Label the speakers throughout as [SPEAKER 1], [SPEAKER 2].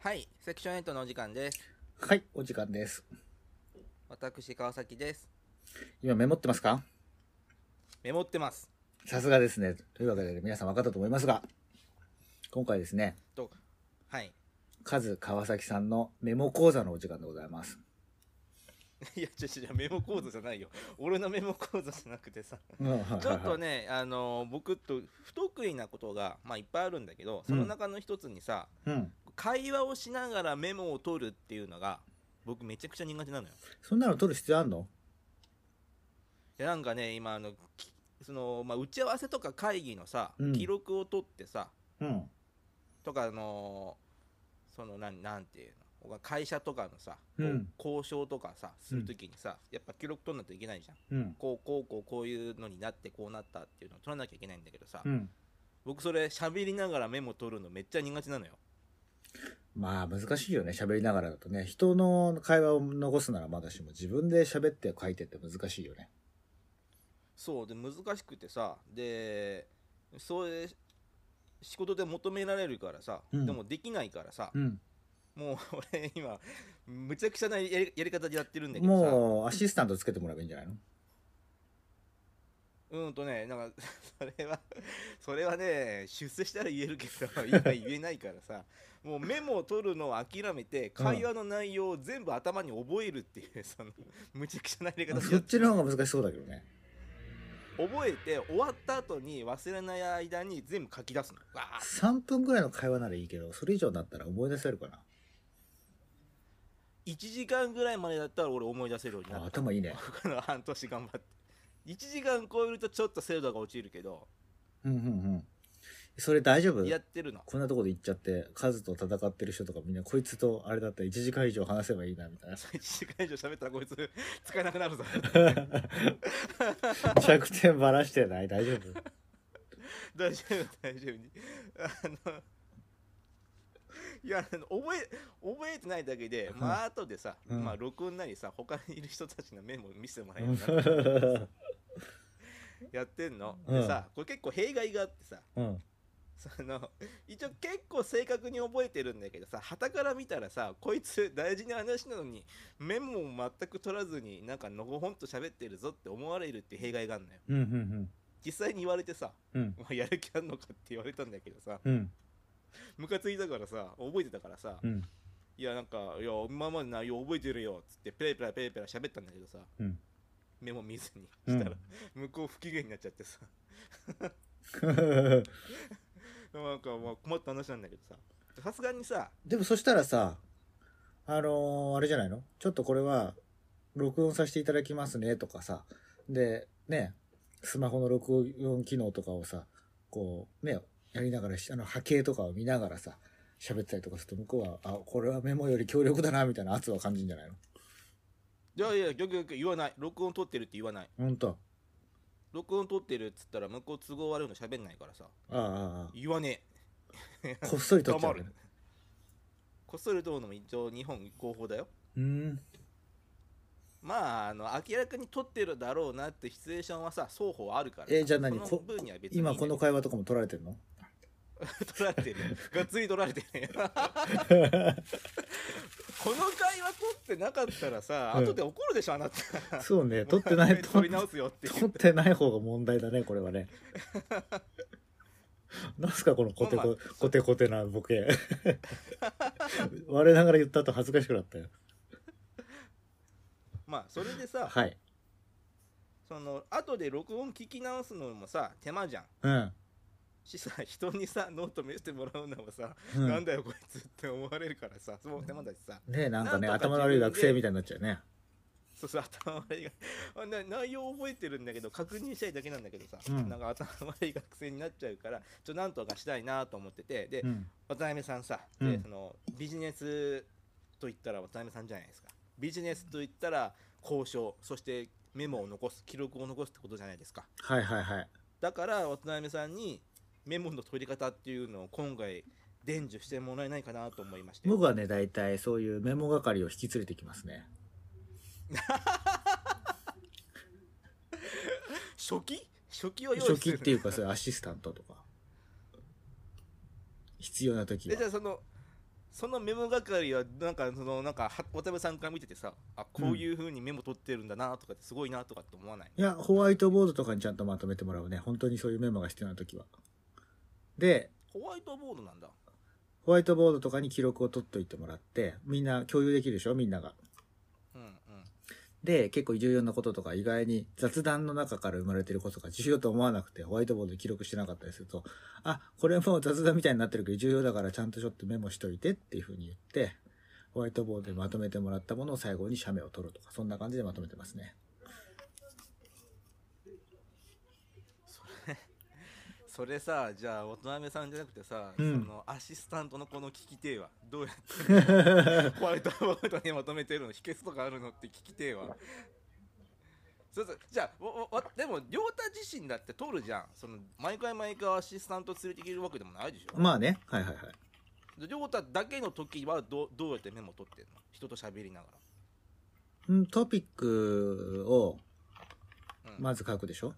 [SPEAKER 1] はい、セクション8のお時間です。
[SPEAKER 2] はい、お時間です。
[SPEAKER 1] 私、川崎です。
[SPEAKER 2] 今メモってますか
[SPEAKER 1] メモってます。
[SPEAKER 2] さすがですね。というわけで皆さん分かったと思いますが、今回ですね、
[SPEAKER 1] と、はい。
[SPEAKER 2] カズ川崎さんのメモ講座のお時間でございます。
[SPEAKER 1] いや、ちょ、ちょ、ちょメモ講座じゃないよ。俺のメモ講座じゃなくてさ。
[SPEAKER 2] うんはいはいはい
[SPEAKER 1] ちょっとね、あのー僕と不得意なことが、まあ、いっぱいあるんだけど、その中の一つにさ、
[SPEAKER 2] うん。
[SPEAKER 1] 会話をしながらメモを取るっていうのが、僕めちゃくちゃ苦手なのよ。
[SPEAKER 2] そんなの取る必要あんの
[SPEAKER 1] いやなんかね、今、あの、きその、まあ、打ち合わせとか会議のさ、
[SPEAKER 2] うん
[SPEAKER 1] 記録を取ってさ、
[SPEAKER 2] うん。
[SPEAKER 1] とかあのーそのなんなんていうの他会社とかのさ、
[SPEAKER 2] うん
[SPEAKER 1] こう交渉とかさするときにさ、やっぱ記録取んないといけないじゃん
[SPEAKER 2] うん。
[SPEAKER 1] こうこうこうこういうのになってこうなったっていうのを取らなきゃいけないんだけどさ、
[SPEAKER 2] うん。
[SPEAKER 1] 僕それ喋りながらメモ取るのめっちゃ苦手なのよ
[SPEAKER 2] まあ難しいよね、喋りながらだとね。人の会話を残すならまだしも自分で喋って書いてって難しいよね。
[SPEAKER 1] そうで難しくてさでそういう仕事で求められるからさ、
[SPEAKER 2] うん
[SPEAKER 1] でもできないからさ、
[SPEAKER 2] うん。
[SPEAKER 1] もう俺今むちゃくちゃなやりやり方でやってるんだけどさ
[SPEAKER 2] もうアシスタントつけてもらえばいいんじゃないの
[SPEAKER 1] うんとね、なんか、 それは、それはね、出世したら言えるけど、 今言えないからさ、もうメモを取るのを諦めて、
[SPEAKER 2] うん
[SPEAKER 1] 会話の内容を全部頭に覚えるっていう、その、むちゃくちゃなやり方
[SPEAKER 2] そっちの方が難しそうだけどね。
[SPEAKER 1] 覚えて、終わった後に忘れない間に全部書き出すの。わー
[SPEAKER 2] 3分ぐらいの会話ならいいけど、それ以上になったら思い出せるかな。
[SPEAKER 1] 1時間ぐらいまでだったら俺思い出せるようにな
[SPEAKER 2] あ
[SPEAKER 1] った。
[SPEAKER 2] 頭いいね。
[SPEAKER 1] この半年頑張って。1時間超えるとちょっと精度が落ちるけど、
[SPEAKER 2] うんうんうん。それ大丈夫
[SPEAKER 1] やってるの。
[SPEAKER 2] こんなとこで行っちゃって、カズと戦ってる人とかみんな、こいつとあれだったら1時間以上話せばいいな、みたいな。
[SPEAKER 1] 1時間以上喋ったらこいつ使えなくなるぞ。
[SPEAKER 2] 弱点ばらしてない大丈夫
[SPEAKER 1] 大丈夫大丈夫にあのいやあの覚え覚えてないだけで、
[SPEAKER 2] うん
[SPEAKER 1] まあ後でさ、
[SPEAKER 2] うん
[SPEAKER 1] まあ録音なりさ他にいる人たちのメモ見せてもらえ
[SPEAKER 2] う
[SPEAKER 1] る
[SPEAKER 2] ん
[SPEAKER 1] かなやってんの、
[SPEAKER 2] うん
[SPEAKER 1] でさこれ結構弊害があってさ
[SPEAKER 2] うん。
[SPEAKER 1] その一応結構正確に覚えてるんだけどさ傍から見たらさこいつ大事な話なのにメモを全く取らずになんかのほほんと喋ってるぞって思われるって弊害があるのよ
[SPEAKER 2] うんうん
[SPEAKER 1] 実際に言われてさ、
[SPEAKER 2] うん。うん。
[SPEAKER 1] まあ、やる気あんのかって言われたんだけどさ
[SPEAKER 2] うん。
[SPEAKER 1] ムカついたからさ覚えてたからさ、
[SPEAKER 2] うん。
[SPEAKER 1] いやなんか「いや今まで内容覚えてるよ」っつってペラペラペラペラ喋ったんだけどさ、
[SPEAKER 2] うん
[SPEAKER 1] メモ見ずに
[SPEAKER 2] う
[SPEAKER 1] し
[SPEAKER 2] ん
[SPEAKER 1] たら、向こう不機嫌になっちゃってさ なんかまあ困った話なんだけどささすがにさ
[SPEAKER 2] でもそしたらさ、あのーあれじゃないのちょっとこれは、録音させていただきますね、とかさ。で、ね、スマホの録音機能とかをさ、こう、ね、やりながらし、あの、波形とかを見ながらさ、喋ってたりとかすると、向こうは、あ、これはメモより強力だな、みたいな圧は感じるんじゃないの
[SPEAKER 1] 「いやいやよくよく言わない録音撮ってる」って言わない
[SPEAKER 2] ほんと。
[SPEAKER 1] 録音撮ってるっつったら向こう都合悪いの喋んないからさ
[SPEAKER 2] あああ
[SPEAKER 1] 言わねえ
[SPEAKER 2] あああ、こっそり取っちゃ
[SPEAKER 1] 黙
[SPEAKER 2] う、ね
[SPEAKER 1] る。こっそり撮るのも一応日本合法だよ
[SPEAKER 2] うーん。
[SPEAKER 1] まああの明らかに撮ってるだろうなってシチュエーションはさ双方あるからさ
[SPEAKER 2] えじゃあ何
[SPEAKER 1] その
[SPEAKER 2] こ
[SPEAKER 1] 分には別にいいんだ
[SPEAKER 2] 今
[SPEAKER 1] けど
[SPEAKER 2] この会話とかも取られて るの
[SPEAKER 1] 取られてるがっつり取られてる この会話取ってなかったらさ、
[SPEAKER 2] うん
[SPEAKER 1] 後で怒るでしょあなた
[SPEAKER 2] そうね、取ってない
[SPEAKER 1] と
[SPEAKER 2] と
[SPEAKER 1] 取り。直すよって
[SPEAKER 2] 取ってない方が問題だね、これはね。 なんすか、このコテ
[SPEAKER 1] まあま
[SPEAKER 2] コ、コテコテなボケ。 我ながら言った後恥ずかしくなったよ。
[SPEAKER 1] まあそれでさ
[SPEAKER 2] はい。
[SPEAKER 1] その後で録音聞き直すのもさ手間じゃん
[SPEAKER 2] うん。
[SPEAKER 1] しさ人にさノート見せてもらうのもさ、
[SPEAKER 2] うん
[SPEAKER 1] なんだよこいつって思われるからさそう手間だしさ
[SPEAKER 2] ねえなんかね、
[SPEAKER 1] なんとか
[SPEAKER 2] 頭の悪い学生みたいになっちゃうね。
[SPEAKER 1] そうそう頭悪いがあな内容覚えてるんだけど確認したいだけなんだけどさ、
[SPEAKER 2] うん
[SPEAKER 1] なんか頭悪い学生になっちゃうからちょなんとかしたいなと思っててで、
[SPEAKER 2] うん。
[SPEAKER 1] 渡辺さんさ、
[SPEAKER 2] う
[SPEAKER 1] で
[SPEAKER 2] ん
[SPEAKER 1] そのビジネスと言ったら渡辺さんじゃないですかビジネスと言ったら交渉そしてメモを残す記録を残すってことじゃないですか
[SPEAKER 2] はいはいはい。
[SPEAKER 1] だから渡辺さんにメモの取り方っていうのを今回伝授してもらえないかなと思いまして
[SPEAKER 2] 僕はね、大体そういうメモ係を引き連れてきますね。
[SPEAKER 1] 初期初期を用意する
[SPEAKER 2] 初期っていう か、そういうアシスタントとか。必要な時
[SPEAKER 1] でじゃ
[SPEAKER 2] は。
[SPEAKER 1] あそのそのメモ係はなんかそのなんかは渡辺さんから見ててさあこういう風にメモ取ってるんだなとかってすごいなとかって思わない、
[SPEAKER 2] いや、ホワイトボードとかにちゃんとまとめてもらうね。本当にそういうメモが必要な時は。で、
[SPEAKER 1] ホワイトボードなんだ
[SPEAKER 2] ホワイトボードとかに記録を取っといてもらって、みんな共有できるでしょみんなが。
[SPEAKER 1] うんうん
[SPEAKER 2] で、結構重要なこととか意外に雑談の中から生まれてることが重要と思わなくて、ホワイトボードで記録してなかったりすると、あ、これもう雑談みたいになってるけど重要だからちゃんとちょっとメモしといてっていうふうに言って、ホワイトボードでまとめてもらったものを最後に写メを取るとか、そんな感じでまとめてますね。
[SPEAKER 1] それさじゃあ渡辺さんじゃなくてさ、
[SPEAKER 2] うん
[SPEAKER 1] そのアシスタントのこの聞き手はどうや ってホワイトボードにまとめてるの秘訣とかあるのって聞き手はそうそうじゃあわわでも亮太自身だって通るじゃんその毎回毎回アシスタント連れてきるわけでもないでしょ
[SPEAKER 2] まあね。はいはいはい。
[SPEAKER 1] で亮太だけの時はどうどうやってメモ取ってんの人と喋りなが
[SPEAKER 2] うんトピックを
[SPEAKER 1] ら、うん
[SPEAKER 2] まず書くでしょ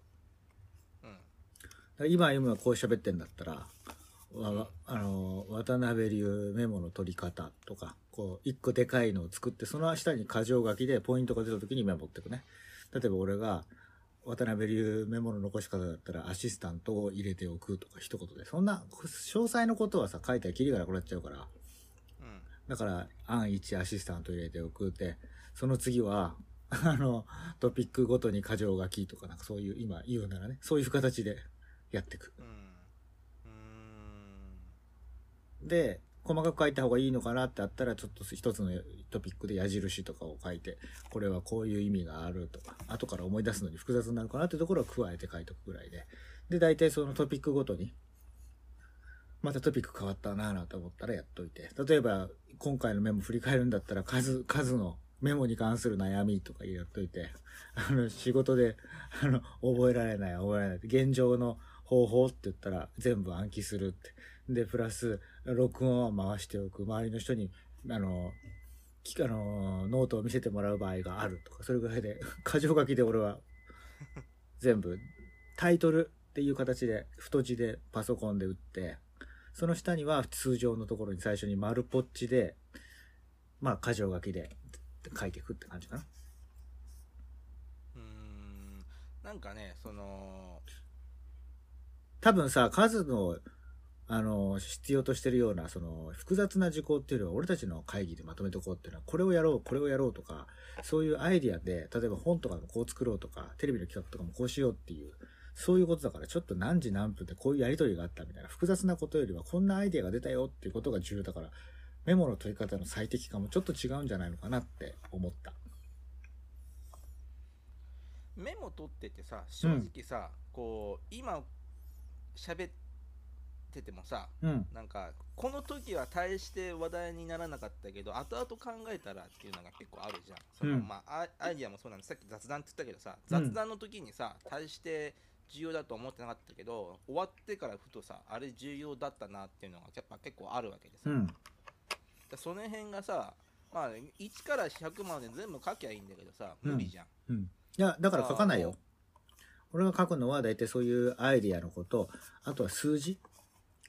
[SPEAKER 1] うん
[SPEAKER 2] 今今こう喋ってんだったら、わわあの、渡辺流メモの取り方とか、こう、一個でかいのを作って、その下に箇条書きでポイントが出た時にメモっていくね。例えば俺が、渡辺流メモの残し方だったらアシスタントを入れておくとか一言で。そんな、詳細のことはさ、書いたらキリがなくなっちゃうから。
[SPEAKER 1] うん
[SPEAKER 2] だから、案1アシスタント入れておくって、その次は、あの、トピックごとに箇条書きとか、なんかそういう、今言うならね、そういう形でやっていく。
[SPEAKER 1] うんうーん
[SPEAKER 2] で、細かく書いた方がいいのかなってあったら、ちょっと一つのトピックで矢印とかを書いて、これはこういう意味があるとか、後から思い出すのに複雑になるかなってところを加えて書いとくぐらいで。で、大体そのトピックごとに、またトピック変わったなぁなと思ったらやっといて。例えば、今回のメモ振り返るんだったら、数、数のメモに関する悩みとかやっといて、あの、仕事で、あの、覚えられない、覚えられない。現状の方法って言ったら、全部暗記するって。で、プラス、録音は回しておく。周りの人に、あの、きあの、ノートを見せてもらう場合があるとか、それぐらいで、 箇条書きで俺は、全部、タイトルっていう形で、太字でパソコンで打って、その下には通常のところに最初に丸ポッチで、まあ、箇条書きで書いていくって感じかな。
[SPEAKER 1] うーんなんかねその
[SPEAKER 2] 多分さ、数の、あの、必要としてるような、その、複雑な事項っていうのは、俺たちの会議でまとめとこうっていうのは、これをやろう、これをやろうとか、そういうアイディアで、例えば本とかもこう作ろうとか、テレビの企画とかもこうしようっていう、そういうことだから、ちょっと何時何分でこういうやりとりがあったみたいな、複雑なことよりは、こんなアイディアが出たよっていうことが重要だから、メモの取り方の最適化もちょっと違うんじゃないのかなって思った。
[SPEAKER 1] メモ取っててさ正直さ、こう今喋っててもさ
[SPEAKER 2] うん。
[SPEAKER 1] なんかこの時は大して話題にならなかったけど後々考えたらっていうのが結構あるじゃんその、
[SPEAKER 2] うん
[SPEAKER 1] まあアイアイディアもそうなんですさっき雑談って言ったけどさ
[SPEAKER 2] うん
[SPEAKER 1] 雑談の時にさ大して重要だと思ってなかったけど終わってからふとさあれ重要だったなっていうのがやっぱ結構あるわけでさ、
[SPEAKER 2] うん。
[SPEAKER 1] だその辺がさまあ1から100まで全部書きゃいいんだけどさ無理じゃん、
[SPEAKER 2] うん。いや、だから書かないよ。俺が書くのは大体そういうアイディアのこと、あとは数字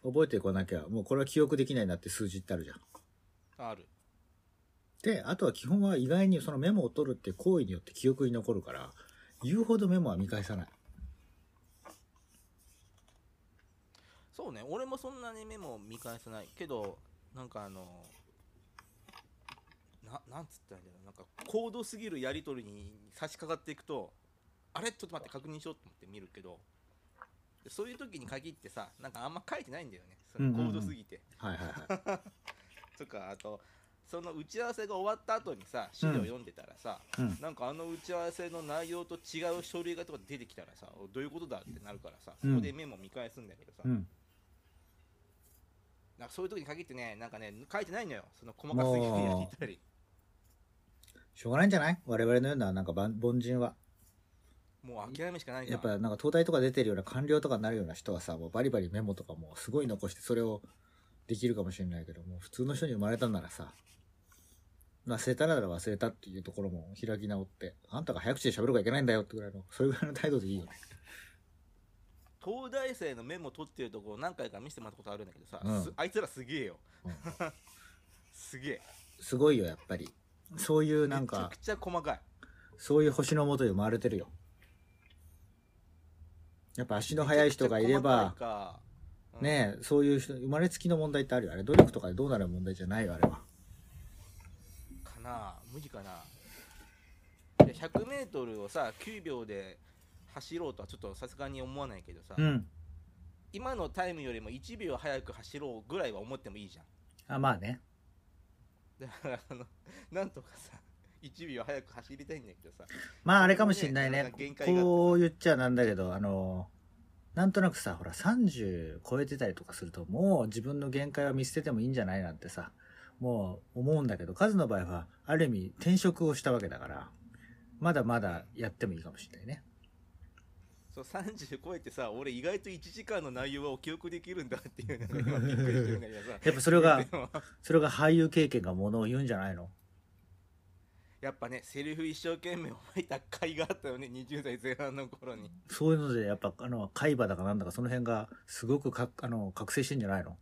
[SPEAKER 2] 覚えてこなきゃ、もうこれは記憶できないなって数字ってあるじゃん。
[SPEAKER 1] ある
[SPEAKER 2] で、あとは基本は意外にそのメモを取るって行為によって記憶に残るから、言うほどメモは見返さない。
[SPEAKER 1] そうね俺もそんなにメモを見返さないけどなんかあのななんつったらいいんだろうなんか高度すぎるやり取りに差し掛かっていくとあれちょっと待って確認しようと思って見るけどでそういう時に限ってさなんかあんま書いてないんだよねその
[SPEAKER 2] うんうんう
[SPEAKER 1] 高
[SPEAKER 2] ん
[SPEAKER 1] 度すぎて、
[SPEAKER 2] はいはいはい。
[SPEAKER 1] とかあとその打ち合わせが終わった後にさ資料読んでたらさ、
[SPEAKER 2] うん。
[SPEAKER 1] なんかあの打ち合わせの内容と違う書類がとか出てきたらさおどういうことだってなるからさそ
[SPEAKER 2] うん
[SPEAKER 1] こでメモ見返すんだけどさ、
[SPEAKER 2] うん。
[SPEAKER 1] なんかそういう時に限ってね、なんかね、書いてないのよ。その細かすぎるやりたり。
[SPEAKER 2] しょうがないんじゃない我々のような、なんかばん凡人は。
[SPEAKER 1] もう諦めしかないから。
[SPEAKER 2] やっぱなんか東大とか出てるような官僚とかになるような人はさ、もうバリバリメモとかもうすごい残してそれをできるかもしれないけど、もう普通の人に生まれたんならさ、忘れたなら忘れたっていうところも開き直って、あんたが早口で喋るからいけないんだよってぐらいの、それぐらいの態度でいいよね。
[SPEAKER 1] 東大生のメモ取ってるとこ何回か見せてもらったことあるんだけどさ、
[SPEAKER 2] うん
[SPEAKER 1] すあいつらすげえよ。すげえ
[SPEAKER 2] すごいよ、やっぱり。そういうなん
[SPEAKER 1] めちゃ
[SPEAKER 2] か
[SPEAKER 1] く、ちゃ細かい
[SPEAKER 2] そういう星のもとで生まれてるよ。やっぱ足の速い人がいれば、
[SPEAKER 1] え
[SPEAKER 2] ねえ、そういう人、生まれつきの問題ってあるよ。あれ、努力とかでどうなる問題じゃないよ、あれは。
[SPEAKER 1] かな無理かな 100m をさ9秒で走ろうとはちょっとさすがに思わないけどさ、
[SPEAKER 2] うん。
[SPEAKER 1] 今のタイムよりも1秒早く走ろうぐらいは思ってもいいじゃん
[SPEAKER 2] あ、まあね。
[SPEAKER 1] だからあのなんとかさ1秒早く走りたいんだけどさ
[SPEAKER 2] まあ、あれかもしんない
[SPEAKER 1] なか
[SPEAKER 2] ね
[SPEAKER 1] なか限。界があって
[SPEAKER 2] こう言っちゃなんだけど、あの、なんとなくさ、ほら、30超えてたりとかすると、もう自分の限界は見捨ててもいいんじゃないなんてさ、もう思うんだけど、カズの場合は、ある意味転職をしたわけだから、まだまだやってもいいかもしんないね。
[SPEAKER 1] そう30超えてさ俺意外と1時間の内容は記憶できるんだっていうのが今びっくりしてるんだけどさ
[SPEAKER 2] やっぱそれが
[SPEAKER 1] でも
[SPEAKER 2] それが俳優経験がものを言うんじゃないの
[SPEAKER 1] やっぱねセリフ一生懸命覚えた甲斐があったよね20代前半の頃に
[SPEAKER 2] そういうので、やっぱ、あの、海馬だかなんだか、その辺が、すごくか、あの、覚醒してんじゃないの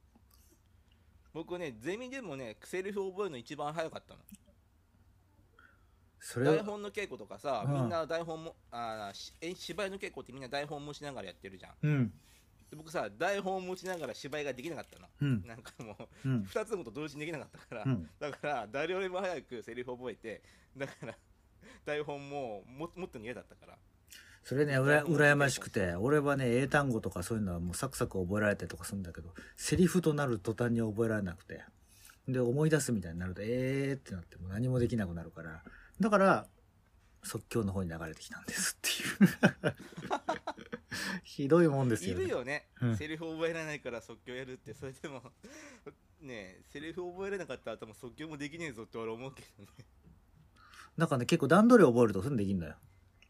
[SPEAKER 1] 僕ねゼミでもねセリフ覚えるの一番早かったの
[SPEAKER 2] それ
[SPEAKER 1] 台
[SPEAKER 2] は、
[SPEAKER 1] 本の稽古とかさ、
[SPEAKER 2] うん
[SPEAKER 1] みんな台本もあーしえ芝居の稽古ってみんな台本もしながらやってるじゃん
[SPEAKER 2] うん、
[SPEAKER 1] で僕さ台本を持ちながら芝居ができなかったの
[SPEAKER 2] うん、
[SPEAKER 1] なんかもう
[SPEAKER 2] うん、
[SPEAKER 1] 2つのこと同時にできなかったから、
[SPEAKER 2] うん。
[SPEAKER 1] だから誰よりも早くセリフ覚えてだから台本もももっと苦手だったから
[SPEAKER 2] それね、うら、羨ましくて、俺はね、英単語とかそういうのはもうサクサク覚えられたりとかするんだけど、セリフとなる途端に覚えられなくて。で、思い出すみたいになると、えーってなって、もう何もできなくなるから。だから、即興の方に流れてきたんですっていう。 ひどいもんです
[SPEAKER 1] い
[SPEAKER 2] よ、ね。
[SPEAKER 1] るよね、
[SPEAKER 2] うん
[SPEAKER 1] セリフ覚えられないから即興やるってそれでも ねえセリフ覚えられなかったら多分即興もできねえぞって俺思うけどね
[SPEAKER 2] なんかね、結構段取りを覚えるとそういうのできるのよ。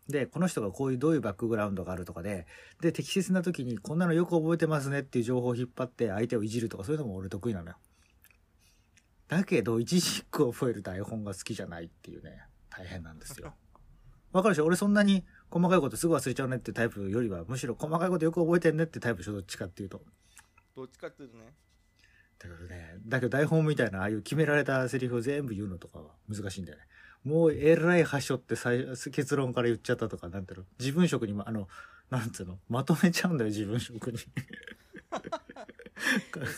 [SPEAKER 2] で、この人がこういうどういうバックグラウンドがあるとかで、で、適切な時にこんなのよく覚えてますねっていう情報を引っ張って相手をいじるとかそういうのも俺得意なのよ。だけど、一字一句覚える台本が好きじゃないっていうね、大変なんですよ。わかるでしょ俺そんなに細かいことすぐ忘れちゃうねってタイプよりは、むしろ細かいことよく覚えてんねってタイプでしょどっちかっていうと。
[SPEAKER 1] どっちかっていうとね
[SPEAKER 2] だけどね、だけど台本みたいな、ああいう決められたセリフを全部言うのとかは難しいんだよね。もうえらい端折って最結論から言っちゃったとか、なんていうの自分職にも、あの、なんつうのまとめちゃうんだよ、自分職 に。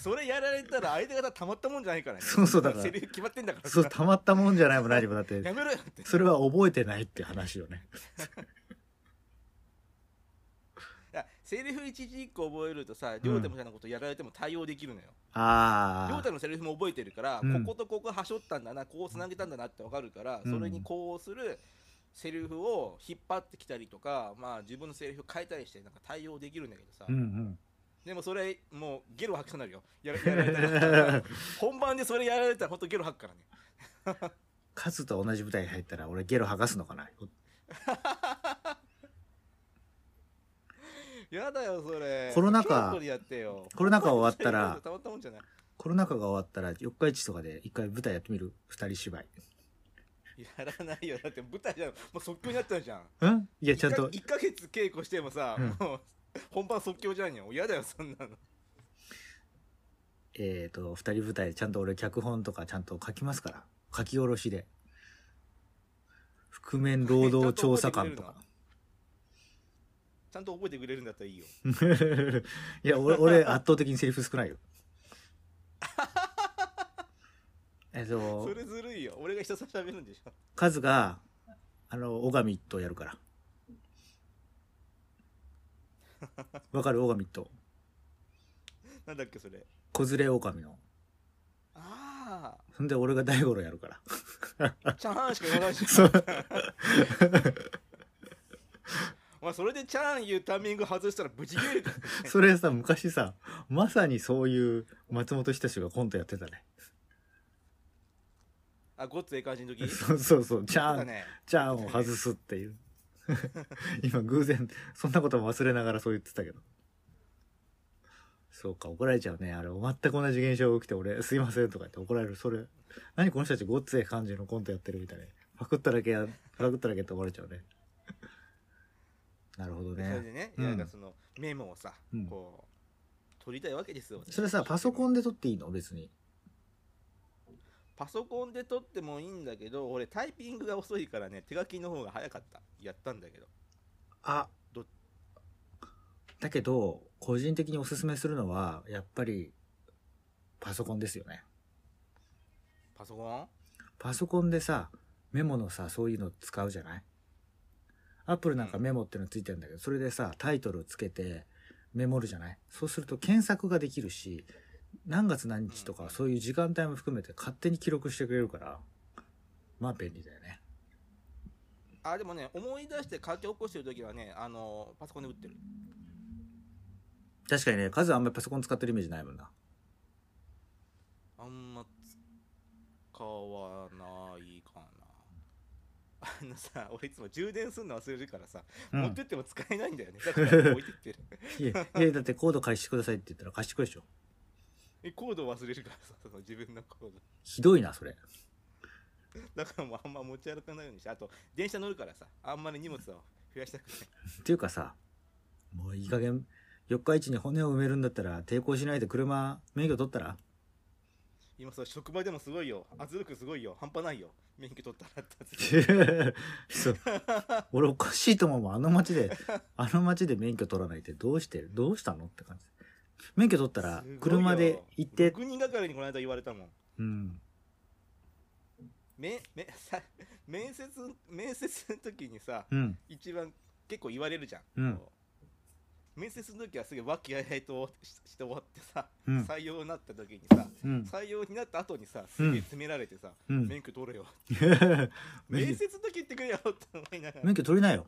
[SPEAKER 1] それやられたら相手方たまったもんじゃないからね
[SPEAKER 2] そうそうだから
[SPEAKER 1] セリフ決まってんだから
[SPEAKER 2] そう、たまったもんじゃないも何もだって、
[SPEAKER 1] やめろよって
[SPEAKER 2] それは覚えてないって話よね。
[SPEAKER 1] いやセリフ一字一個覚えるとさ亮太みたいなことやられても対応できるのよ亮
[SPEAKER 2] あ
[SPEAKER 1] 太、のセリフも覚えてるから、
[SPEAKER 2] うん
[SPEAKER 1] こことここはしょったんだなこうつなげたんだなってわかるから、
[SPEAKER 2] うん
[SPEAKER 1] それにこうするセリフを引っ張ってきたりとか、まあ、自分のセリフ変えたりしてなんか対応できるんだけどさ、
[SPEAKER 2] あ。うんうん。
[SPEAKER 1] でもそれもうゲロ吐きそうになるよやらやられた ら本番でそれやられたら本当ゲロ吐くからね
[SPEAKER 2] カズと同じ舞台に入ったら俺ゲロ吐かすのかな
[SPEAKER 1] やだよそれ
[SPEAKER 2] コロナ禍
[SPEAKER 1] 稽古でやってよ
[SPEAKER 2] コロナ禍終わっ たら
[SPEAKER 1] たまったもんじゃない
[SPEAKER 2] コロナ禍が終わったら、四日市とかで一回舞台やってみる二人芝居。
[SPEAKER 1] やらないよだって舞台じゃんもう即興になったじゃん
[SPEAKER 2] うんいや、ちゃんと。
[SPEAKER 1] 1か月稽古してもさ、
[SPEAKER 2] うん
[SPEAKER 1] もう本番即興じゃんよ嫌だよそんなの
[SPEAKER 2] えっ、と、二人舞台、ちゃんと俺脚本とかちゃんと書きますから。書き下ろしで。覆面労働調査官 とか。
[SPEAKER 1] ちゃんと覚えてくれるんだったらいいよ
[SPEAKER 2] いや、俺、俺圧倒的にセリフ少ないよ。 えっと
[SPEAKER 1] そ、れずるいよ俺がひたすら喋るんでしょ
[SPEAKER 2] カズが、あの、オガミットやるから。わかるオガミット。
[SPEAKER 1] なんだっけそれ
[SPEAKER 2] 子連れオカミの。
[SPEAKER 1] あ
[SPEAKER 2] ほんで、俺が大五郎や るから。
[SPEAKER 1] あチャーンしか言わないし
[SPEAKER 2] そう。
[SPEAKER 1] お前それでチャーン言うタイミング外したらブチ切れるから ね
[SPEAKER 2] それさ、昔さ、まさにそういう松本人志がコントやってたね。
[SPEAKER 1] あごっつええ感じの時
[SPEAKER 2] そうそうそう、チャ
[SPEAKER 1] だ
[SPEAKER 2] ーン、
[SPEAKER 1] ね
[SPEAKER 2] チャーンを外すっ ていう。今偶然、そんなことも忘れながらそう言ってたけど。そうか、怒られちゃうね。あれ、全く同じ現象が起きて、俺、すいませんとか言って怒られる。それ、何この人たちごっつええ感じのコントやってるみたいな。パクっただけや、パクっただけって思われちゃうね。なるほど
[SPEAKER 1] それで
[SPEAKER 2] ね。
[SPEAKER 1] ね、
[SPEAKER 2] うん
[SPEAKER 1] なんかそのメモをさ、
[SPEAKER 2] うん
[SPEAKER 1] こう取りたいわけですよ
[SPEAKER 2] それさ、パソコ
[SPEAKER 1] ン
[SPEAKER 2] ンで撮っていいの別に。
[SPEAKER 1] パソコンで撮ってもいいんだけど俺タイピングが遅いからね手書きの方が早かったやったんだけど
[SPEAKER 2] あ
[SPEAKER 1] ど
[SPEAKER 2] だけど個人的におすすめするのはやっぱりパソコンですよね
[SPEAKER 1] パソコン
[SPEAKER 2] パソコンでさメモのさそういうの使うじゃないアップルなんかメモってのついてるんだけどそれでさタイトルをつけてメモるじゃないそうすると検索ができるし何月何日と
[SPEAKER 1] うん
[SPEAKER 2] か
[SPEAKER 1] うん
[SPEAKER 2] そういう時間帯も含めて勝手に記録してくれるからまあ便利だよね
[SPEAKER 1] あでもね思い出して書き起こしてる時はねあのパソコンで打ってる
[SPEAKER 2] 確かにね数はあんまりパソコン使ってるイメージないもんな
[SPEAKER 1] あんま使わないかなあのさ俺いつも充電するの忘れるからさ、
[SPEAKER 2] うん
[SPEAKER 1] 持ってっても使えないんだよねだから置いて ってる
[SPEAKER 2] いやいやだってコード貸してくださいって言ったら貸してくれるでしょ
[SPEAKER 1] えコード忘れるからさその自分のコード
[SPEAKER 2] ひどいなそれ
[SPEAKER 1] だからもうあんま持ち歩かないようにしてあと電車乗るからさあんまり荷物を増やしたくない
[SPEAKER 2] っていうかさもういい加減四日市に骨を埋めるんだったら抵抗しないで車免許取ったら
[SPEAKER 1] 今さ職場でもすごいよ圧力すごいよ半端ないよ免許取ったらって圧力
[SPEAKER 2] そう俺おかしいと思うもんあの町であの町で免許取らないってどうしてどうしたのって感じ免許取ったら
[SPEAKER 1] すごいよ
[SPEAKER 2] 車で行って
[SPEAKER 1] 6人がかりにこの間言われたもん
[SPEAKER 2] うん
[SPEAKER 1] めめさ面接面接の時にさ
[SPEAKER 2] うん
[SPEAKER 1] 一番結構言われるじゃん、
[SPEAKER 2] うん
[SPEAKER 1] こう面接の時はすげえ和気あいあいとしして終わってさ、
[SPEAKER 2] うん
[SPEAKER 1] 採用になった時にさ
[SPEAKER 2] うん
[SPEAKER 1] 採用になった後にさすげえ詰められてさ、
[SPEAKER 2] うん
[SPEAKER 1] 免許取れよ、面
[SPEAKER 2] 免許
[SPEAKER 1] 接の時言ってくれよって思いながら
[SPEAKER 2] 免許取れないよ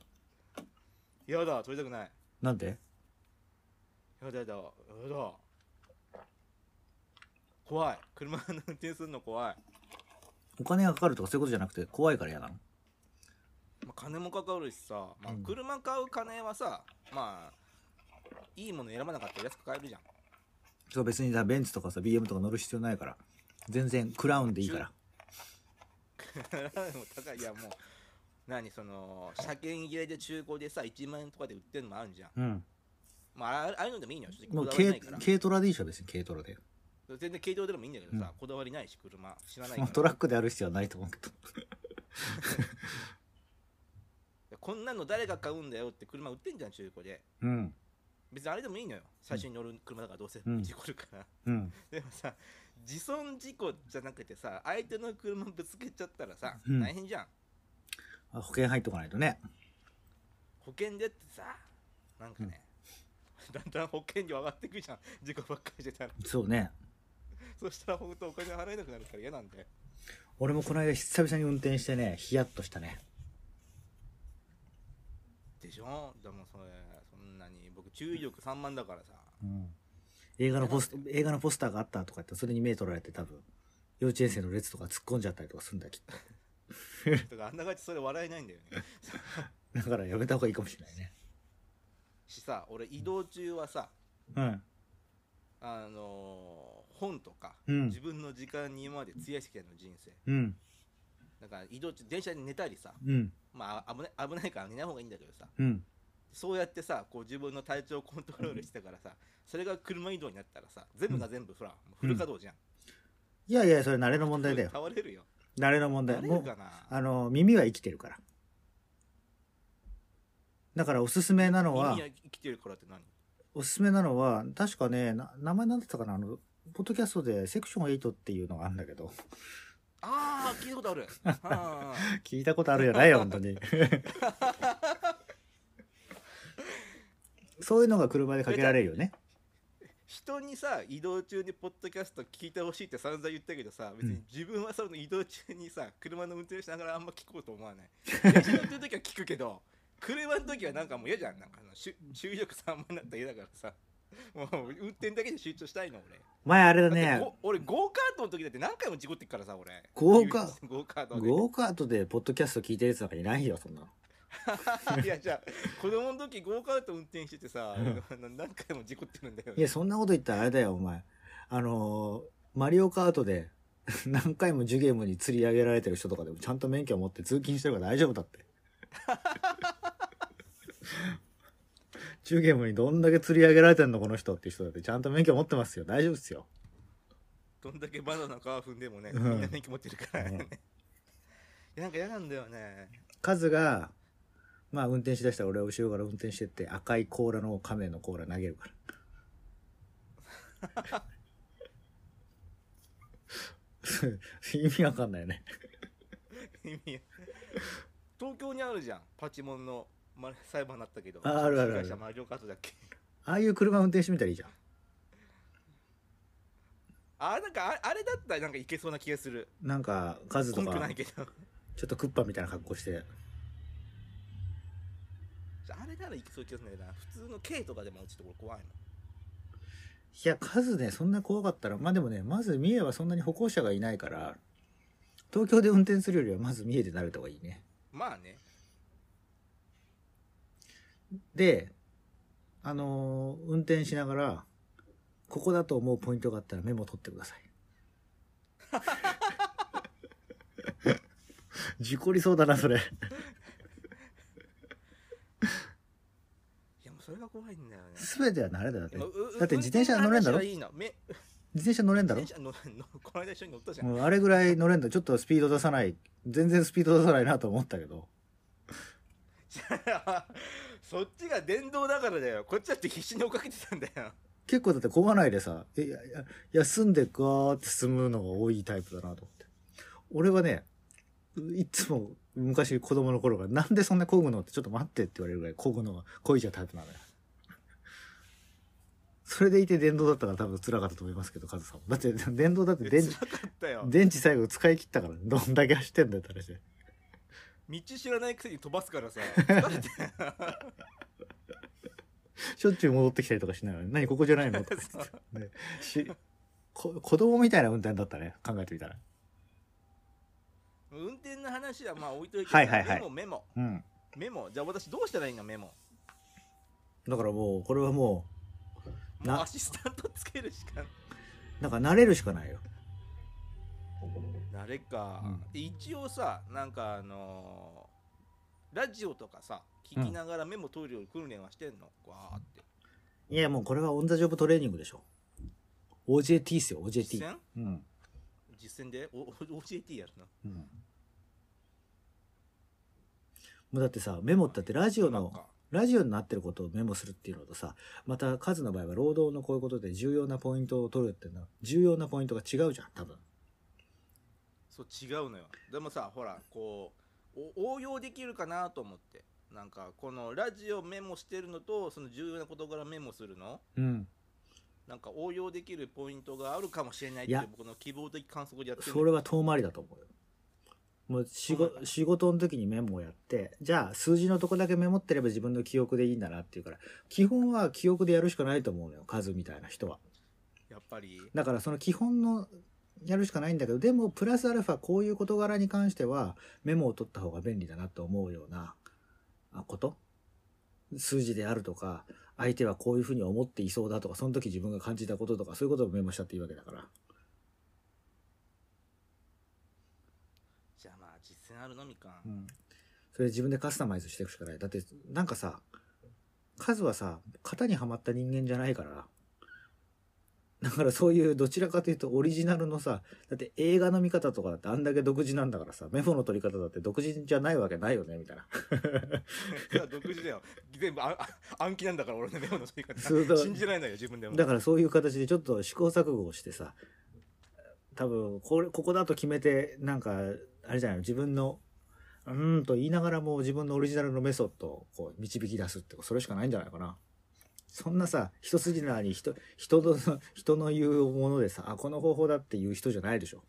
[SPEAKER 1] やだ取りたくない
[SPEAKER 2] なんで
[SPEAKER 1] やだやだやだ怖い車の運転するの怖い、
[SPEAKER 2] お金がかかるとかそういうことじゃなくて怖いから嫌なの
[SPEAKER 1] まあ、金もかかるしさ、まあ
[SPEAKER 2] うん、
[SPEAKER 1] 車買う金はさまあいいもの選ばなかったら安く買えるじゃん
[SPEAKER 2] そう別にさベンツとかさ BM とか乗る必要ないから全然クラウンでいいから
[SPEAKER 1] もう高いいやもう何その車検切れで中古でさ1万円とかで売ってるのもあるじゃん
[SPEAKER 2] うん
[SPEAKER 1] まああああいうのでもいいのよ正直こ
[SPEAKER 2] もう
[SPEAKER 1] だわりな
[SPEAKER 2] 軽
[SPEAKER 1] いから
[SPEAKER 2] 軽トラでいいでしょ別に軽トラで
[SPEAKER 1] 全然軽乗でもいいんだけどさ、
[SPEAKER 2] う
[SPEAKER 1] こだわりないし車知らない
[SPEAKER 2] ま
[SPEAKER 1] か
[SPEAKER 2] あ
[SPEAKER 1] ら
[SPEAKER 2] トラックである必要はないと思うけど
[SPEAKER 1] こんなの誰が買うんだよって車売ってんじゃん中古で
[SPEAKER 2] うん
[SPEAKER 1] 別にあれでもいいのよ最初に乗る車だからどうせ
[SPEAKER 2] うん
[SPEAKER 1] 事故るから、
[SPEAKER 2] うん
[SPEAKER 1] でもさ自損事故じゃなくてさ相手の車ぶつけちゃったらさ、
[SPEAKER 2] うん
[SPEAKER 1] 大変じゃん
[SPEAKER 2] あ保険入っとかないとね
[SPEAKER 1] 保険でってさなんかね、 だんだん保険料上がってくじゃん事故ばっかりしてたら
[SPEAKER 2] そうね
[SPEAKER 1] そしたら本当お金払えなくなるから嫌なんで。
[SPEAKER 2] 俺もこの間久々に運転してねヒヤッとしたね
[SPEAKER 1] でしょでもそれ、そんなに、僕注意力3万だからさ。
[SPEAKER 2] うん映画のポス映画のポスターがあったとか言ってそれに目取られて多分幼稚園生の列とか突っ込んじゃったりとかするんだよきっ
[SPEAKER 1] だか
[SPEAKER 2] と
[SPEAKER 1] らあんな感じそれ笑えないんだよね。
[SPEAKER 2] だからやめた方がいいかもしれないね
[SPEAKER 1] しさ、俺移動中はさ、
[SPEAKER 2] うん
[SPEAKER 1] あのー本とか、
[SPEAKER 2] うん
[SPEAKER 1] 自分の時間に今まで費やしてきたの人生。
[SPEAKER 2] うん
[SPEAKER 1] だから移動中、電車で寝たりさ、
[SPEAKER 2] うん
[SPEAKER 1] まあ危ない危ないから寝ない方がいいんだけどさ、
[SPEAKER 2] うん
[SPEAKER 1] そうやってさ、こう自分の体調をコントロールしてたからさ、それが車移動になったらさ、全部が全部フラ、フル稼働じゃん。
[SPEAKER 2] いやいやそれ慣れの問題だよ
[SPEAKER 1] 倒れるよ。
[SPEAKER 2] 慣れの問題
[SPEAKER 1] 慣れ
[SPEAKER 2] も
[SPEAKER 1] る
[SPEAKER 2] う
[SPEAKER 1] かな
[SPEAKER 2] あの耳は生きてるからだからおすすめなのは
[SPEAKER 1] 耳は生きてるからって何
[SPEAKER 2] おすすめなのは確かねな名前なんだったかなあのポッドキャストでセクション8っていうのがあるんだけど
[SPEAKER 1] ああ、聞いたことある。あー
[SPEAKER 2] 聞いたことあるじゃないよ本当に そういうのが車でかけられるよね
[SPEAKER 1] 人にさ、移動中にポッドキャスト聞いてほしいって散々言ったけどさ、別に自分はその移動中にさ、車の運転しながらあんま聞こうと思 わない。電車乗ってる時は聞くけど、車の時はなんかもう嫌じゃん。なんかあのしゅ注意力散漫になったら嫌だからさ。もう運転だけで集中したいの
[SPEAKER 2] 前あれだ
[SPEAKER 1] 俺。だって
[SPEAKER 2] ね
[SPEAKER 1] ご俺ゴーカートの時だって何回も事故ってっからさ俺
[SPEAKER 2] ゴーカー
[SPEAKER 1] ゴーカートで
[SPEAKER 2] ゴーカートでポッドキャスト聞いてるやつなんかいないよそんなの
[SPEAKER 1] いやじゃあ子供の時ゴーカート運転しててさ
[SPEAKER 2] うん
[SPEAKER 1] あの何回も事故ってるんだよ
[SPEAKER 2] いやそんなこと言ったらあれだよお前あのーマリオカートで 何回もジュゲームに釣り上げられてる人とかでもちゃんと免許を持って通勤してるから大丈夫だって ジュゲームにどんだけ釣り上げられてんのこの人っていう人だってちゃんと免許持ってますよ大丈夫っすよ
[SPEAKER 1] どんだけバナナの皮踏んでもね、
[SPEAKER 2] うん
[SPEAKER 1] みんな免許持ってるから
[SPEAKER 2] うん
[SPEAKER 1] ね。なんか嫌なんだよね。
[SPEAKER 2] カズが、まあ運転しだしたら俺は後ろから運転してって赤い甲羅の亀の甲羅投げるから。 意味わかんないよね。
[SPEAKER 1] 意味東京にあるじゃん、パチモンのま裁判になったけど。
[SPEAKER 2] ああるあるある
[SPEAKER 1] 司会者マリオカートだっけ。
[SPEAKER 2] ああいう車運転してみたらいいじゃん。
[SPEAKER 1] あなんかああれだったらなんかいけそうな気がする。
[SPEAKER 2] なんか、カズと
[SPEAKER 1] 根拠
[SPEAKER 2] か
[SPEAKER 1] ない、けど。
[SPEAKER 2] ちょっとクッパみたいな格好して。
[SPEAKER 1] あれならいけそうな気がするんだよな。普通の K とかでもちょっとこれ怖いの。
[SPEAKER 2] いや、カズね、そんな怖かったら、まあでもね、まず三重はそんなに歩行者がいないから、東京で運転するよりはまず三重で慣れた方がいいね。
[SPEAKER 1] まあね。
[SPEAKER 2] で、あのー運転しながら、ここだと思うポイントがあったらメモ取ってく ださい。事故りそうだな、それ。
[SPEAKER 1] いやもうそれが怖いんだよね。
[SPEAKER 2] すべては慣れだよだって。
[SPEAKER 1] まあ
[SPEAKER 2] 自
[SPEAKER 1] う
[SPEAKER 2] だって自転車乗れんだ
[SPEAKER 1] 運転の話
[SPEAKER 2] ろ
[SPEAKER 1] はいいのめ
[SPEAKER 2] 転車乗れんだろ
[SPEAKER 1] 自転車乗れんのこの間一緒に乗ったじゃん。
[SPEAKER 2] もうあれぐらい乗れんだ。ちょっとスピード出さない。全然スピード出さないなと思ったけど。
[SPEAKER 1] そっちが電動だからだよ。こっちだって必死に追っかけてたんだよ。
[SPEAKER 2] 結構だって漕がないでさ、え、いや、いや休んでガーって進むのが多いタイプだなと思って。俺はね、いつも昔子供の頃から、なんでそんな漕ぐのってちょっと待ってって言われるぐらい漕ぐのが、漕いじゃうタイプなのよ。それでいて電動だったから多分辛かったと思いますけど、カズさんも。だって電動だって電
[SPEAKER 1] 辛
[SPEAKER 2] 池、
[SPEAKER 1] かったよ。
[SPEAKER 2] 電池最後使い切ったから、どんだけ走ってんだよって話で。
[SPEAKER 1] 道知らないくせに飛ばすからさ。疲れて
[SPEAKER 2] しょっちゅう戻ってきたりとかしながら、何ここじゃないのとか言 ってでしこ子供みたいな運転だったね、考えてみたら。
[SPEAKER 1] 運転の話はまあ置いといて。
[SPEAKER 2] はいはいは
[SPEAKER 1] メ
[SPEAKER 2] い
[SPEAKER 1] モメモ。
[SPEAKER 2] うん。
[SPEAKER 1] メモ。じゃあ私どうしたらいいのメモ。
[SPEAKER 2] だからもう、これはも
[SPEAKER 1] もう
[SPEAKER 2] な
[SPEAKER 1] アシスタントつけるしか
[SPEAKER 2] う、なんか慣れるしかないよ。
[SPEAKER 1] なれか、
[SPEAKER 2] うん
[SPEAKER 1] で一応さなんかあのーラジオとかさ聞きながらメモ取るように訓練はしてんの、わーって
[SPEAKER 2] いや、もうこれはオンザジョブトレーニングでしょ。OJT っすよ、
[SPEAKER 1] 実
[SPEAKER 2] OJT
[SPEAKER 1] 践。
[SPEAKER 2] うん。
[SPEAKER 1] 実践でおお OJT やるな
[SPEAKER 2] うん。もうだってさ、メモったってラジオ
[SPEAKER 1] なん
[SPEAKER 2] の、
[SPEAKER 1] か
[SPEAKER 2] ラジオになってることをメモするっていうのとさ、また数の場合は労働のこういうことで重要なポイントを取るっていうのは、重要なポイントが違うじゃん、多分。
[SPEAKER 1] そう違うのよでもさほらこうお応用できるかなと思ってなんかこのラジオメモしてるのとその重要な事柄メモするの
[SPEAKER 2] うん。
[SPEAKER 1] なんか応用できるポイントがあるかもしれないっ
[SPEAKER 2] い
[SPEAKER 1] てい
[SPEAKER 2] や
[SPEAKER 1] う僕の希望的観測でやってる
[SPEAKER 2] それは遠回りだと思うよ。もう仕
[SPEAKER 1] そうなん
[SPEAKER 2] 事
[SPEAKER 1] だ
[SPEAKER 2] 仕事の時にメモをやって、じゃあ数字のとこだけメモってれば自分の記憶でいいんだなっていうから、基本は記憶でやるしかないと思うのよ、数みたいな人は。
[SPEAKER 1] やっぱり
[SPEAKER 2] だからその基本のやるしかないんだけど、でもプラスアルファこういう事柄に関してはメモを取った方が便利だなと思うようなあこと数字であるとか、相手はこういうふうに思っていそうだとか、その時自分が感じたこととか、そういうことをメモしたっていいわけだから。
[SPEAKER 1] じゃあまあ実践あるのみか、
[SPEAKER 2] うん、それ自分でカスタマイズしていくしかないだってなんかさ数はさ型にはまった人間じゃないからだからそういうどちらかというとオリジナルのさだって映画の見方とかだってあんだけ独自なんだからさメモの取り方だって独自じゃないわけないよねみたいな
[SPEAKER 1] いや独自だよ全部ああ暗記なんだから俺のメモの取り
[SPEAKER 2] そうだ
[SPEAKER 1] 方信じられないよ自分でも
[SPEAKER 2] だからそういう形でちょっと試行錯誤をしてさ多分これここだと決めてなんかあれじゃないの自分のうーんと言いながらも自分のオリジナルのメソッドをこう導き出すってそれしかないんじゃないかなそんなさ一筋縄に人人の人の言うものでさあこの方法だっていう人じゃないでしょ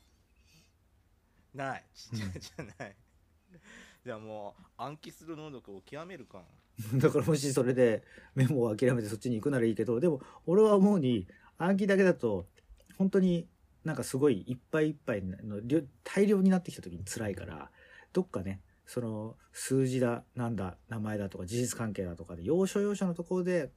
[SPEAKER 1] ないじ
[SPEAKER 2] うん
[SPEAKER 1] ゃじゃないじゃあもう暗記する能力を極めるか
[SPEAKER 2] だからもしそれでメモを諦めてそっちに行くならいいけどでも俺は思うに暗記だけだと本当になんかすごいいっぱいいっぱいの量大量になってきた時に辛いからどっかねその数字だなんだ名前だとか事実関係だとかで要所要所のところで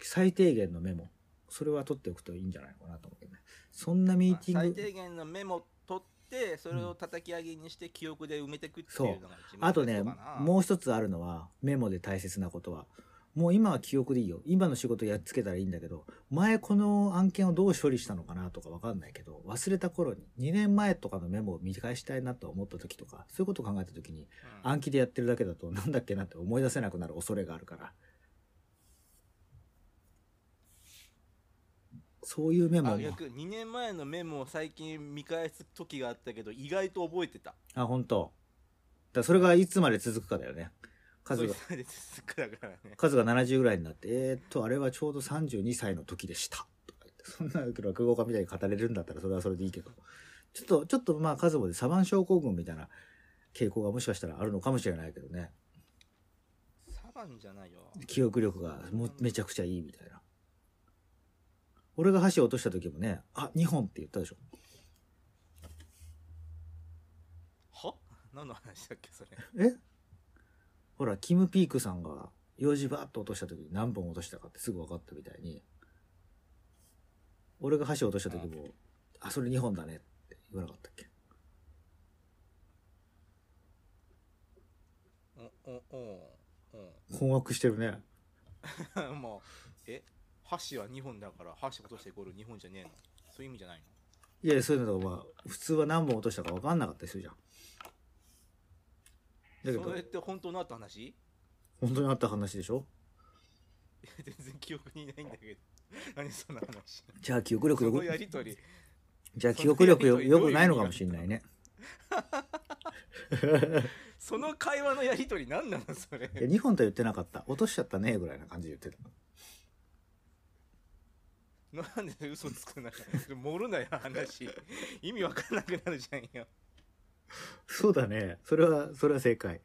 [SPEAKER 2] 最低限のメモそれは取っておくといいんじゃないのかなと思うけどねそんなミーティ
[SPEAKER 1] 最
[SPEAKER 2] ング
[SPEAKER 1] 低限のメモ取ってそれを叩き上げにして記憶で埋めていくっていうのが一番
[SPEAKER 2] あとね
[SPEAKER 1] そうかな
[SPEAKER 2] もう一つあるのはメモで大切なことはもう今は記憶でいいよ。今の仕事やっつけたらいいんだけど、前この案件をどう処理したのかなとかわかんないけど、忘れた頃に、2年前とかのメモを見返したいなと思った時とか、そういうことを考えた時に、
[SPEAKER 1] うん
[SPEAKER 2] 暗記でやってるだけだとなんだっけなって思い出せなくなる恐れがあるから。そういうメモ
[SPEAKER 1] あ
[SPEAKER 2] も。
[SPEAKER 1] 逆2年前のメモを最近見返す時があったけど意外と覚えてた
[SPEAKER 2] あ、本当。だからそれがいつまで続くかだよね。数
[SPEAKER 1] そうい
[SPEAKER 2] が
[SPEAKER 1] う、ので続くだからね
[SPEAKER 2] 数が70ぐらいになって、えーっと、あれはちょうど32歳の時でした。とか言ってそんな落語家みたいに語れるんだったらそれはそれでいいけど。ちょっと、ちょっとまあ数もでサバン症候群みたいな傾向がもしかしたらあるのかもしれないけどね。
[SPEAKER 1] サバンじゃないよ
[SPEAKER 2] 記憶力がもうめちゃくちゃいいみたいな。俺が箸を落とした時もね、あ、2本って言ったでしょ。
[SPEAKER 1] は何の話だっけそれ
[SPEAKER 2] えほら、キム・ピークさんが、用事バーッと落とした時に何本落としたかってすぐ分かったみたいに、俺が箸落とした時も、あ、それ2本だねって言わなかったっけ
[SPEAKER 1] おおお
[SPEAKER 2] 困惑してるね。
[SPEAKER 1] お もうえ箸は2本だから箸落としてイコール2本じゃねえのそういう意味じゃないの
[SPEAKER 2] いやいや、そういうのとか、まあ、普通は何本落としたか分かんなかったりするじゃん。だけど
[SPEAKER 1] そ、れって本当のあった話
[SPEAKER 2] 本当にあった話でしょ
[SPEAKER 1] 全然記憶にないんだけど 何その話
[SPEAKER 2] じゃあ記憶力
[SPEAKER 1] そ
[SPEAKER 2] よ
[SPEAKER 1] の
[SPEAKER 2] く、
[SPEAKER 1] やりとり
[SPEAKER 2] じゃあ記憶力よ
[SPEAKER 1] そのやりとり
[SPEAKER 2] よくないのかもしれないね。
[SPEAKER 1] その会話のやりとり何なのそれ
[SPEAKER 2] いや、2本とは言ってなかった。落としちゃったね、ぐらいな感じで言ってた。
[SPEAKER 1] なんで嘘つくなよ盛るなよ話意味わかんなくなるじゃんよ
[SPEAKER 2] そうだね。それは、それは正解。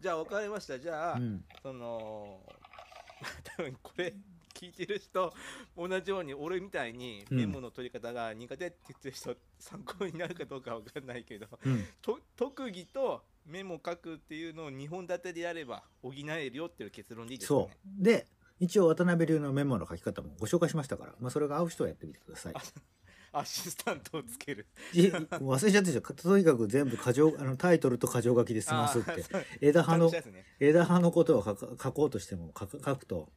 [SPEAKER 1] じゃあ分かりましたじゃあ、
[SPEAKER 2] うん。
[SPEAKER 1] その 多分これ聞いてる人同じように俺みたいに
[SPEAKER 2] うん
[SPEAKER 1] メモの取り方が苦手って言ってる人、参考になるかどうかわかんないけど
[SPEAKER 2] うん。
[SPEAKER 1] と特技とメモ書くっていうのを2本立てでやれば補えるよっていう結論でいいですかね
[SPEAKER 2] そう。で、一応渡辺流のメモの書き方もご紹介しましたから、まあ、それが合う人はやってみてください。
[SPEAKER 1] アシスタントをつける
[SPEAKER 2] じ忘れちゃってるじゃん。とにかく全部過剰、あの、タイトルと箇条書きで済ますっ
[SPEAKER 1] あー
[SPEAKER 2] て。
[SPEAKER 1] そう
[SPEAKER 2] 枝葉の
[SPEAKER 1] ちゃんとした、やつね
[SPEAKER 2] 枝葉のことを書か書こうとしても書く書くと、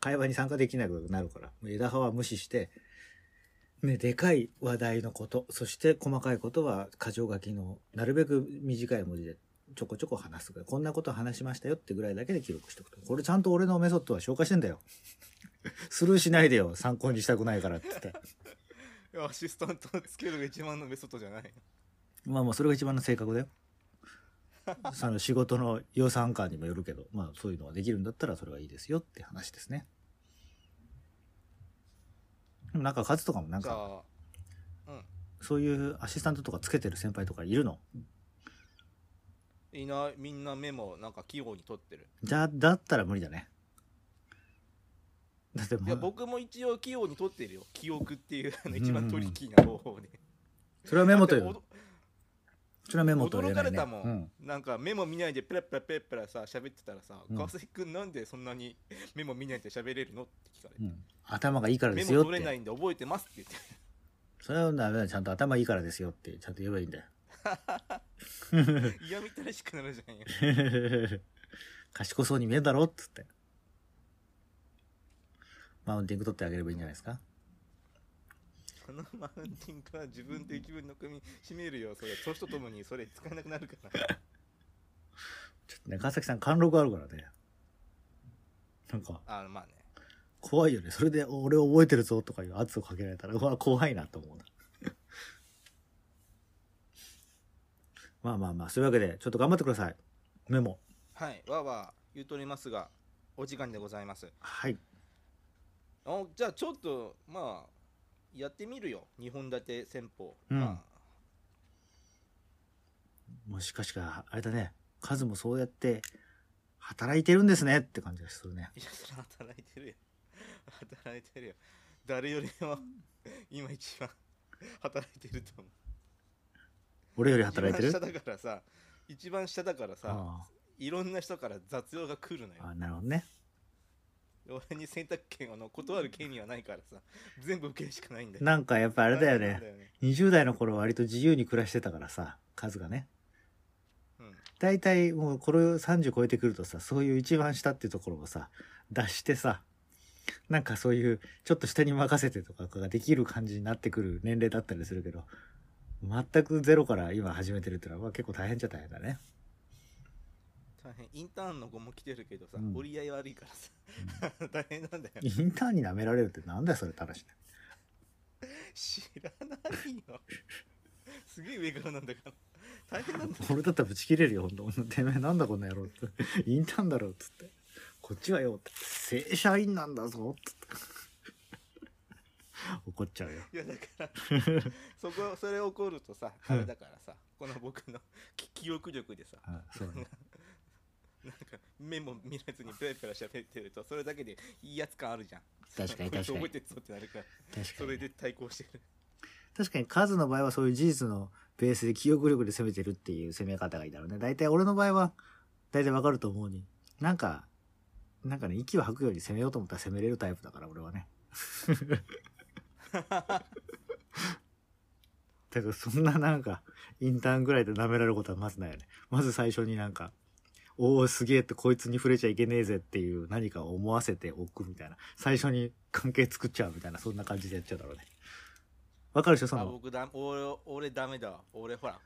[SPEAKER 2] 会話に参加できなくなるから、もう枝葉は無視して、ね、でかい話題のこと、そして細かいことは箇条書きの、なるべく短い文字でちょこちょこ話すぐらい。こんなこと話しましたよってぐらいだけで記録しておくと。これちゃんと俺のメソッドは紹介してんだよ。 スルーしないでよ。参考にしたくないからって言って。
[SPEAKER 1] いやアシスタントをつけるのが一番のメソッドじゃない
[SPEAKER 2] まあまあそれが一番の性格だよ。 その仕事の予算感にもよるけど、まあそういうのができるんだったらそれはいいですよって話ですね。でもなんか勝とかもなん
[SPEAKER 1] じゃ
[SPEAKER 2] か、
[SPEAKER 1] あうん
[SPEAKER 2] そういうアシスタントとかつけてる先輩とかいるの
[SPEAKER 1] いいなみんなメモなんか記号に取ってる
[SPEAKER 2] じゃあ、だったら無理だね。だって
[SPEAKER 1] いや
[SPEAKER 2] もう、
[SPEAKER 1] 僕も一応器用に取ってるよ記憶っていうあ
[SPEAKER 2] うん
[SPEAKER 1] の
[SPEAKER 2] うん
[SPEAKER 1] 一番トリッキーな方法で、
[SPEAKER 2] それはメモと
[SPEAKER 1] だ
[SPEAKER 2] よ
[SPEAKER 1] って。
[SPEAKER 2] それはメモと
[SPEAKER 1] 驚
[SPEAKER 2] 言え
[SPEAKER 1] 驚かれ
[SPEAKER 2] ないね。
[SPEAKER 1] たもん、
[SPEAKER 2] うん。
[SPEAKER 1] なんかメモ見ないでペラペラペラペラさ喋ってたらさ
[SPEAKER 2] うん
[SPEAKER 1] 川崎君なんでそんなにメモ見ないで喋れるのって聞かれて、
[SPEAKER 2] うん頭がいいからで
[SPEAKER 1] メ
[SPEAKER 2] すよ
[SPEAKER 1] モ
[SPEAKER 2] っ
[SPEAKER 1] 取れな
[SPEAKER 2] て。
[SPEAKER 1] いんで覚えてますって言って
[SPEAKER 2] それはダメだよ。ちゃんと頭いいからですよって、ちゃんと言えばいいんだよ。
[SPEAKER 1] 嫌みたらしくなるじゃんよ
[SPEAKER 2] 賢そうに見えるだろっつって。マウンティング取ってあげればいいんじゃないですか
[SPEAKER 1] そのマウンティングは自分で自分の組み締めるよそれ年とともにそれ使えなくなるから
[SPEAKER 2] ちょっとね、川崎さん貫禄あるからね。なんか、
[SPEAKER 1] あのまあね
[SPEAKER 2] 怖いよね。それで、お俺覚えてるぞとかいう圧をかけられたら、うわ、怖いなと思うな。 まあまあまあ、そういうわけで、ちょっと頑張ってください。メモ。
[SPEAKER 1] はいわーわー言うとりますがお時間でございます
[SPEAKER 2] はい。
[SPEAKER 1] あじゃあちょっとまあやってみるよ2本立て戦法、
[SPEAKER 2] うん
[SPEAKER 1] まあ
[SPEAKER 2] もしかしか、あれだね、カズもそうやって、働いてるんですねって感じがするね。
[SPEAKER 1] いやそれ働いてるよ 働いてるよ誰よりも 今一番働いてると思う
[SPEAKER 2] 俺より働いてる
[SPEAKER 1] 一番下だからさ一番下だからさ
[SPEAKER 2] あ
[SPEAKER 1] いろんな人から雑用が来るのよ
[SPEAKER 2] ああなるほどね
[SPEAKER 1] 俺に選択権をあの断る権利はないからさ全部受けるしかないんだよ
[SPEAKER 2] なんかやっぱあれだよ
[SPEAKER 1] なん
[SPEAKER 2] ね
[SPEAKER 1] だよね
[SPEAKER 2] 20代の頃割と自由に暮らしてたからさ数がね
[SPEAKER 1] うん
[SPEAKER 2] だ大体もうこれ30超えてくるとさ、そういう一番下っていうところをさ、出してさ、なんかそういうちょっと下に任せてとかができる感じになってくる年齢だったりするけど、全くゼロから今始めてるってのはまあ結構大変じゃ大変だね。
[SPEAKER 1] 大変インターンの子も来てるけどさ、
[SPEAKER 2] うん
[SPEAKER 1] 折り合い悪いからさ 大変なんだよ
[SPEAKER 2] インターンに舐められるってなんだよそれたらし
[SPEAKER 1] 知らない よすげえ上からなんだから大変 なんだ
[SPEAKER 2] 俺だったらブチ切れるよほんとほん とてめえなんだこの野郎って インターンだろっつってこっちはよって正社員なんだぞっつって 怒っちゃうよ
[SPEAKER 1] いやだからそこそれ起こるとさあれだからさこの僕の き記憶力でさ
[SPEAKER 2] あそう ね
[SPEAKER 1] なんかメモ見らずにペラペラ喋ってるとそれだけでいいやつ感あるじゃん
[SPEAKER 2] 確かに
[SPEAKER 1] こいつ
[SPEAKER 2] 確かに
[SPEAKER 1] 覚えてるぞってなるから
[SPEAKER 2] 確か
[SPEAKER 1] そ
[SPEAKER 2] に
[SPEAKER 1] れ
[SPEAKER 2] ね
[SPEAKER 1] で対抗してる
[SPEAKER 2] 確かにカズの場合はそういう事実のベースで記憶力で攻めてるっていう攻め方がいいだろうね大体俺の場合は大体わかると思うになんかなんかね息を吐くように攻めようと思ったら攻めれるタイプだから俺はね だからそんななんかインターンぐらいで舐められることはまずないよねまず最初になんかおおすげえってこいつに触れちゃいけねえぜっていう何かを思わせておくみたいな最初に関係作っちゃうみたいなそんな感じでやっちゃうだろうねわかるでしょそ
[SPEAKER 1] あ
[SPEAKER 2] の
[SPEAKER 1] 僕だ俺俺ダメだわ俺ほら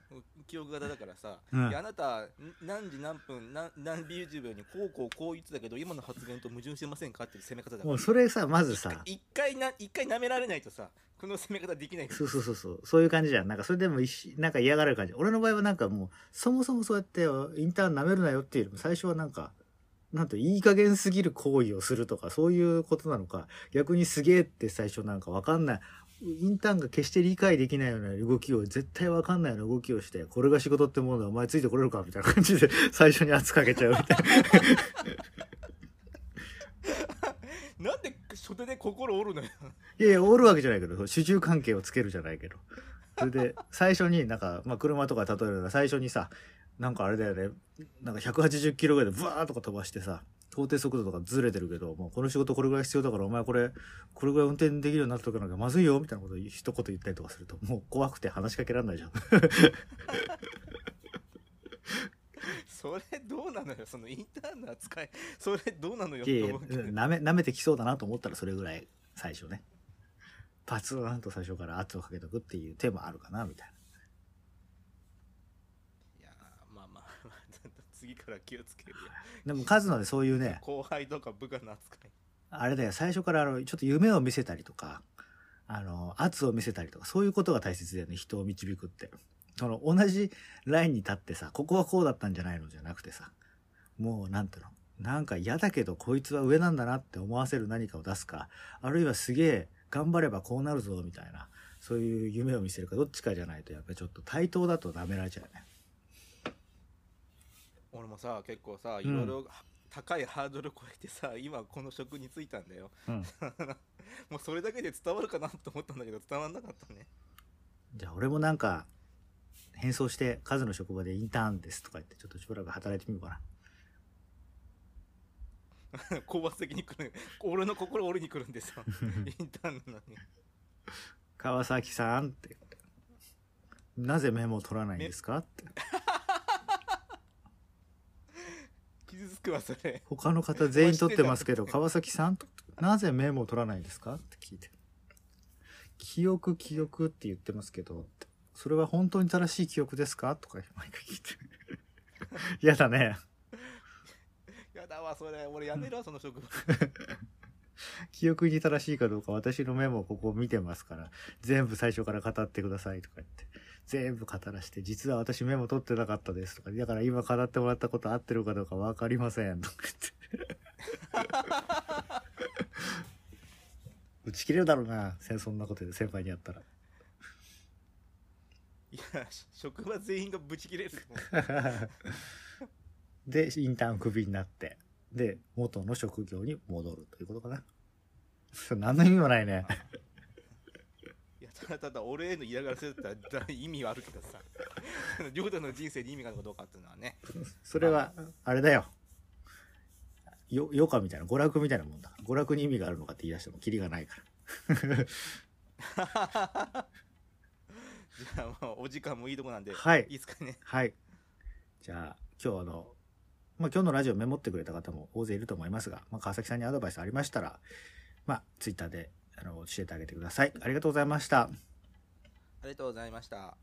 [SPEAKER 1] 記憶型だからさ、
[SPEAKER 2] うん
[SPEAKER 1] いやあなたん何時何分何何 BU10 秒にこうこうこう言ってたけど今の発言と矛盾してませんかっていう攻め方だか
[SPEAKER 2] も
[SPEAKER 1] ら
[SPEAKER 2] うそれさまずさ
[SPEAKER 1] 一回な一回舐められないとさこの攻め方できない
[SPEAKER 2] そうそうそうそうそういう感じじゃんなんかそれでも一なんか嫌がられる感じ俺の場合はなんかもうそもそもそうやってインターン舐めるなよっていうよりも最初はなんかなんといい加減すぎる行為をするとかそういうことなのか逆にすげえって最初なんかわかんないインターンが決して理解できないような動きを絶対わかんないような動きをしてこれが仕事ってものだお前ついてこれるかみたいな感じで最初に圧かけちゃうみたいな
[SPEAKER 1] なんで初手で心折る のよ
[SPEAKER 2] いやいやおるわけじゃないけど主従関係をつけるじゃないけどそれで最初になんか、まあ、車とか例えるなら最初にさなんかあれだよねなんか180キロぐらいでブワーッとか飛ばしてさ到底速度とかずれてるけどもうこの仕事これぐらい必要だからお前これこれぐらい運転できるようになっとかなきゃまずいよみたいなことを一言言ったりとかするともう怖くて話しかけられないじゃん
[SPEAKER 1] それどうなのよそのインターンの扱いそれどうなのよっ
[SPEAKER 2] いやい
[SPEAKER 1] て
[SPEAKER 2] や
[SPEAKER 1] 思うけど
[SPEAKER 2] なめ舐めてきそうだなと思ったらそれぐらい最初ねパツーンと最初から圧をかけとくっていう手もあるかなみたいない
[SPEAKER 1] やーまあまあまあちょっと次から気をつけるよ
[SPEAKER 2] でもカズのでそういうね
[SPEAKER 1] 後輩とか部下の扱い
[SPEAKER 2] あれだよ、最初からあの、ちょっと夢を見せたりとか、あの、圧を見せたりとか、そういうことが大切だよね、人を導くって。その、同じラインに立ってさ、ここはこうだったんじゃないのじゃなくてさ、もう、なんていうの、なんか嫌だけど、こいつは上なんだなって思わせる何かを出すか、あるいはすげえ、頑張ればこうなるぞ、みたいな、そういう夢を見せるか、どっちかじゃないと、やっぱりちょっと対等だと舐められちゃうよね。
[SPEAKER 1] 俺もさ結構さ
[SPEAKER 2] ん
[SPEAKER 1] いろいろ高いハードル超えてさ今この職に就いたんだよ
[SPEAKER 2] うん。
[SPEAKER 1] もうそれだけで伝わるかなと思ったんだけど伝わんなかったね
[SPEAKER 2] じゃあ俺もなんか変装してカズの職場でインターンですとか言ってちょっとしばらく働いてみようかな。
[SPEAKER 1] 高圧的に来る俺の心折りに来るん ですよインターンなのに
[SPEAKER 2] 川崎さんって。なぜメモを取らないんですかって。
[SPEAKER 1] 傷つくわそれ
[SPEAKER 2] 他の方全員取ってますけど、川崎さんとなぜメモを取らないんですかって聞いて。記憶、記憶って言ってますけど、ってそれは本当に正しい記憶ですかとか毎回聞いて。 嫌だね。
[SPEAKER 1] やだわそれ俺やめるわその職場
[SPEAKER 2] 記憶に正しいかどうか私のメモをここ見てますから、全部最初から語ってくださいとか言って、全部語らして、実は私メモ取ってなかったですとか、だから今語ってもらったこと合ってるかどうかわかりませんとか言って。打ち切れるだろうな、せそんなことで先輩にやったら。
[SPEAKER 1] いや職場全員がブチ切れるもう
[SPEAKER 2] で、インターンクビになって、で、元の職業に戻るということかな。 それ何の意味もないね。
[SPEAKER 1] いやただただ俺への嫌がらせだったらだ意味はあるけどさ 両太の人生に意味があるかどうかっていうのはね
[SPEAKER 2] それは、あれだよ。よ、余暇みたいな、娯楽みたいなもんだ。娯楽に意味があるのかって言い出しても、キリがないから。
[SPEAKER 1] じゃあもうお時間もいいとこなんで、
[SPEAKER 2] はい
[SPEAKER 1] いですかね
[SPEAKER 2] はい。じゃあ、今日あの、まあ、今日のラジオメモってくれた方も大勢いると思いますが、まあ、川崎さんにアドバイスありましたら、まあ、ツイッターで、あの、教えてあげてください。ありがとうございました。
[SPEAKER 1] ありがとうございました。